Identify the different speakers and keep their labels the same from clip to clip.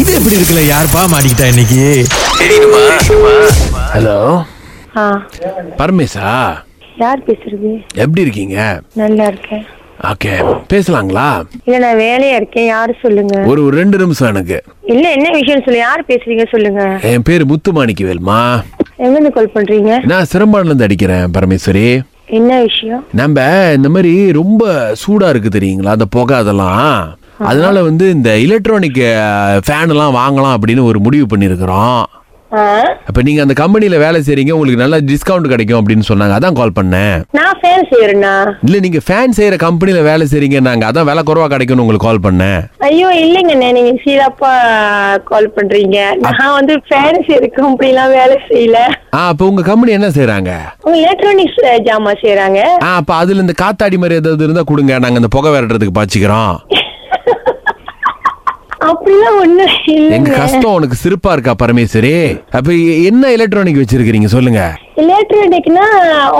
Speaker 1: இது எப்படி இருக்குல்ல யாருப்பா மாட்டிக்கிட்டா இன்னைக்கு
Speaker 2: ஹலோ
Speaker 3: ஆ
Speaker 2: பரமேஷா
Speaker 3: யார் பேசுறது
Speaker 2: எப்படி இருக்கீங்க
Speaker 3: நல்லா இருக்கேன்
Speaker 2: ஓகே பேசலாங்களா
Speaker 3: இல்ல நான் வேலையா இருக்கேன் யாரு சொல்லுங்க
Speaker 2: ஒரு ஒரு ரெண்டு நிமிஷம் எனக்கு
Speaker 3: இல்ல என்ன விஷயம் சொல்லு யார் பேசுறீங்க சொல்லுங்க
Speaker 2: என் பேர் முத்து மாணிக்கவேல்மா
Speaker 3: எங்க இருந்து கால் பண்றீங்க
Speaker 2: நான் சிறம்பாடுலேருந்து அடிக்கிறேன் பரமேஸ்வரி
Speaker 3: என்ன விஷயம்
Speaker 2: நம்ம இந்த மாதிரி ரொம்ப சூடா இருக்கு தெரியுங்களா அந்த புகை அதெல்லாம் அதனால வந்து இந்த எலக்ட்ரானிக் ஃபேன் எல்லாம் வாங்கலாம் அப்படின்னு ஒரு முடிவு பண்ணியிருக்கிறோம்
Speaker 3: ஆ?
Speaker 2: அப்ப நீங்க அந்த கம்பெனியில வேலை செய்றீங்க உங்களுக்கு நல்ல டிஸ்கவுண்ட் கிடைக்கும் அப்படின்னு சொன்னாங்க அதான் கால் பண்ணேன்
Speaker 3: நான் ஃபேன் செய்யறேண்ணா
Speaker 2: இல்ல நீங்க ஃபேன் செய்யற கம்பெனியில வேலை செய்றீங்க நாங்க அதான் விலை குறைவா கிடைக்கும்னு உங்களுக்கு கால் பண்ணேன்
Speaker 3: ஐயோ இல்லைங்கண்ணே நீங்க சீதாப்பா கால் பண்றீங்க நான் வந்து ஃபேன் செய்யற கம்பெனிலாம் வேலை செய்யல
Speaker 2: ஆ அப்போ உங்க கம்பெனி என்ன செய்றாங்க
Speaker 3: அவங்க எலக்ட்ரானிக்ஸ் ஜாமான் செய்யறாங்க
Speaker 2: ஆ அப்போ அதுல இந்த காத்தாடி மாதிரி ஏதாவது இருந்தா கொடுங்க நாங்க அந்த புகை விரட்டுறதுக்கு பாய்ச்சிக்கிறோம்
Speaker 3: அப்படிலாம் ஒண்ணு
Speaker 2: எங்க
Speaker 3: இல்லைங்க
Speaker 2: கஷ்டம் உனக்கு சிரிப்பா இருக்கா பரமேஸ்வரி அப்ப எ- என்ன எலக்ட்ரானிக் வச்சிருக்கீங்க சொல்லுங்க
Speaker 3: எலக்ட்ரானிக்னா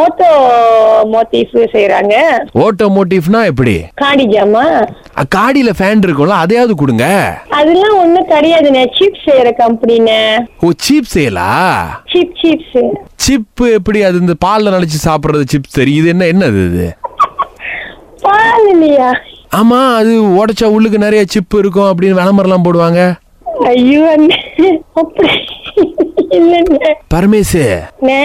Speaker 3: ஆட்டோ மோட்டிவ் செய்யறாங்க
Speaker 2: ஓட்டோமோட்டிவ்னா எப்படி
Speaker 3: காடி ஜாமான்
Speaker 2: அ, காடியில ஃபேன் இருக்கும்ல அதையாவது கொடுங்க
Speaker 3: அதெல்லாம் ஒண்ணும் கிடையாதுண்ணே சீப் செய்யற கம்பெனிண்ணே
Speaker 2: ஓ சீப் சேலா
Speaker 3: சீப் சீப்ஸ்
Speaker 2: சிப்பு எப்படி அது இந்த பால்ல நினைச்சு சாப்பிடுறது சிப்ஸ் தெரியும் இது என்ன என்னது இது
Speaker 3: பால் இல்லையா
Speaker 2: ஆமா அது உடைச்சா உள்ளுக்கு நிறைய சிப்பு இருக்கும் அப்படின்னு விளம்பரம்லாம் போடுவாங்க
Speaker 3: ஐயோ அண்ணே அப்படி இல்லைண்ணே
Speaker 2: பரமேசு
Speaker 3: அண்ணே,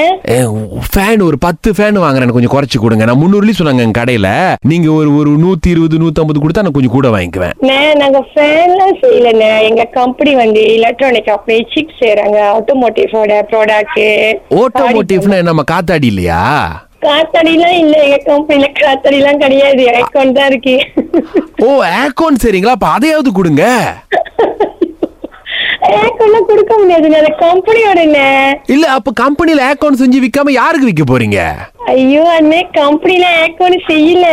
Speaker 2: ஃபேன் ஒரு பத்து ஃபேன் வாங்குறேன் எனக்கு கொஞ்சம் குறைச்சி கொடுங்க நான் முந்நூறுலேயும் சொன்னாங்க எங்கள் கடையில் நீங்கள் ஒரு ஒரு நூற்றி இருபது நூற்றம்பது கொடுத்தா நான் கொஞ்சம் கூட வாங்கிக்குவேன்
Speaker 3: அண்ணே, நாங்க ஃபேன்லாம் செய்யலண்ணே எங்க கம்பெனி வந்து எலக்ட்ரானிக் கம்பெனி சீப் செய்யறாங்க ஆட்டோமோட்டிவோட ப்ராடக்ட்
Speaker 2: ஓட்டோமோட்டிவ்னா நம்ம காத்தாடி இல்லையா
Speaker 3: காத்தாடிலாம் இல்ல எங்க கம்பெனில காத்தாடிலாம் கிடையாது ஐகான் தான் இருக்கு
Speaker 2: ஓ ஏக்கோன் சரிங்களா அப்போ அதையாவது கொடுங்க
Speaker 3: ஐகான்லாம் கொடுக்க முடியாதுண்ணே அது கம்பெனியோடண்ணே
Speaker 2: இல்லை அப்போ கம்பெனியில் ஏக்கோன் செஞ்சு விற்காம யாருக்கு விற்க போறீங்க
Speaker 3: ஐயோ அண்ணே கம்பெனில ஏக்கோன்னு செய்யல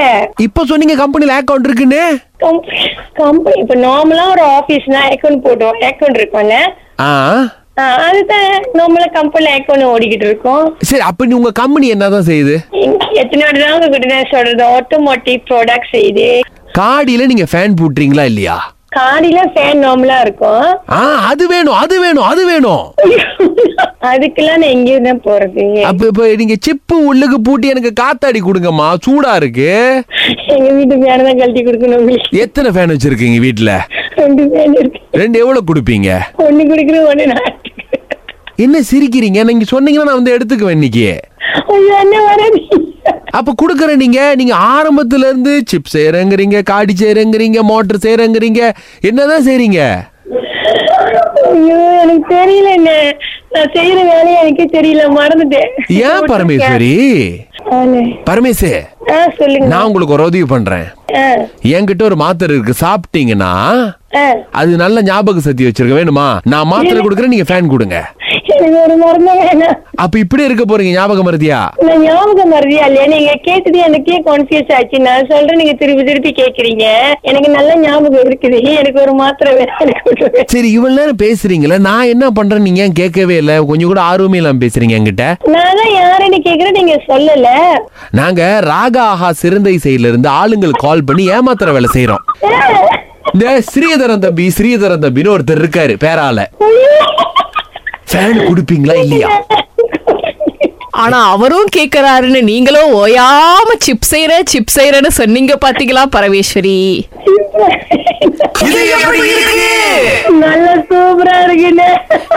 Speaker 2: இப்போ சொன்னீங்க கம்பெனியில் ஏக்கோன் இருக்குன்னு
Speaker 3: கம்பெனி கம்பெனி இப்ப நார்மலா ஒரு ஆபீஸ்னா ஏக்கோன் போட்டோம் ஏக்கோன் இருக்கும்ல
Speaker 2: ஆ
Speaker 3: ஆ, அதுதான் நார்மலா கம்பெனில ஏக்கோன் ஓடிக்கிட்டு இருக்கோம்
Speaker 2: சரி அப்போ நீ உங்கள் கம்பெனி என்ன தான் செய்யுது
Speaker 3: இங்க எத்தனை வாட்டி தான் உங்ககிட்ட நான் சொல்றது ஆட்டோமோட்டிவ் ப்ராடக்ட் செய்யுது
Speaker 2: காடியில் நீங்கள் ஃபேன் போட்டுறீங்களா இல்லையா
Speaker 3: காடியில ஃபேன் நார்மலா இருக்கும்
Speaker 2: ஆ அது வேணும் அது வேணும் அது வேணும்
Speaker 3: அதுக்கெல்லாம் நான் எங்கேயும் தான் போறது
Speaker 2: அப்ப இப்ப நீங்க சிப்பு உள்ளுக்கு பூட்டி எனக்கு காத்தாடி கொடுங்கம்மா சூடா இருக்கு
Speaker 3: எங்க வீட்டு மேல தான் கழட்டி கொடுக்கணும் உங்களுக்கு
Speaker 2: எத்தனை ஃபேன் வச்சிருக்கீங்க வீட்ல
Speaker 3: ரெண்டு ஃபேன் இருக்கு
Speaker 2: ரெண்டு எவ்வளவு கொடுப்பீங்க
Speaker 3: ஒண்ணு குடுக்குறேன் ஒண்ணு நான் எடுத்துக்கிறேன்.
Speaker 2: என்ன சிரிக்கிறீங்க நீங்க சொன்னீங்கன்னா நான் வந்து எடுத்துக்குவேன் இன்னைக்கு
Speaker 3: ஐயோ என்ன வராது
Speaker 2: அப்ப குடுக்கற நீங்க நீங்க ஆரம்பத்துல இருந்து சிப் செய்யறங்கிறீங்க காடி செய்யறங்கிறீங்க மோட்டர் செய்யறங்கிறீங்க என்னதான் செய்றீங்க
Speaker 3: ஐயோ எனக்கு தெரியல என்ன நான் செய்யற வேலையை எனக்கே தெரியல மறந்துட்டேன்
Speaker 2: ஏன் பரமேஸ்வரி
Speaker 3: ஆளு.
Speaker 2: பரமேசே
Speaker 3: ஆ சொல்லுங்க
Speaker 2: நான் உங்களுக்கு ஒரு உதவி பண்றேன்
Speaker 3: ஆ,
Speaker 2: என்கிட்ட ஒரு மாத்திரை இருக்கு சாப்பிட்டீங்கன்னா
Speaker 3: ஆ.
Speaker 2: அது நல்ல ஞாபக சக்தி வச்சிருக்க வேணுமா நான் மாத்திரை கொடுக்குறேன் நீங்க ஃபேன் கொடுங்க
Speaker 3: எனக்கு ஒரு மருந்து வேணாம்
Speaker 2: அப்ப இப்படி இருக்க போறீங்க ஞாபகம் மருதியா
Speaker 3: நான் ஞாபகம் மறதியா இல்லையா நீங்க கேட்டது எனக்கே கன்ஃபியூஸ் ஆச்சு நான் சொல்றேன் நீங்க திருப்பி திருப்பி கேக்குறீங்க எனக்கு நல்ல ஞாபகம் இருக்குது எனக்கு ஒரு மாத்திரை வேணும் எனக்கு ஒரு வேணும்.
Speaker 2: சரி இவ்வளவு நேரம் பேசுறீங்களே நான் என்ன பண்றேன் நீங்க ஏன் கேட்கவே இல்லை கொஞ்சம் கூட ஆர்வமே இல்லாம பேசுறீங்க என்கிட்ட
Speaker 3: நான் தான் யாருன்னு கேக்குறேன் நீங்க சொல்லல
Speaker 2: நாங்க ராகா ஆஹா சிறந்த இசையில இருந்து ஆளுங்களுக்கு கால் பண்ணி ஏமாத்துற வேலை செய்யறோம்
Speaker 3: ஆ.
Speaker 2: இந்த ஸ்ரீதரன் தம்பி ஸ்ரீதரன் தம்பின்னு ஒருத்தர் இருக்காரு பேரால
Speaker 3: ஐயோ.
Speaker 2: ஃபேன் குடுப்பீங்களா இல்லையா
Speaker 4: ஆனா அவரும் கேக்குறாருன்னு நீங்களும் ஓயாம சிப் செய்யற சிப் செய்யறன்னு சொன்னீங்க பாத்தீங்களா பரமேஸ்வரி
Speaker 3: நல்லா சூப்பரா இருக்குண்ணே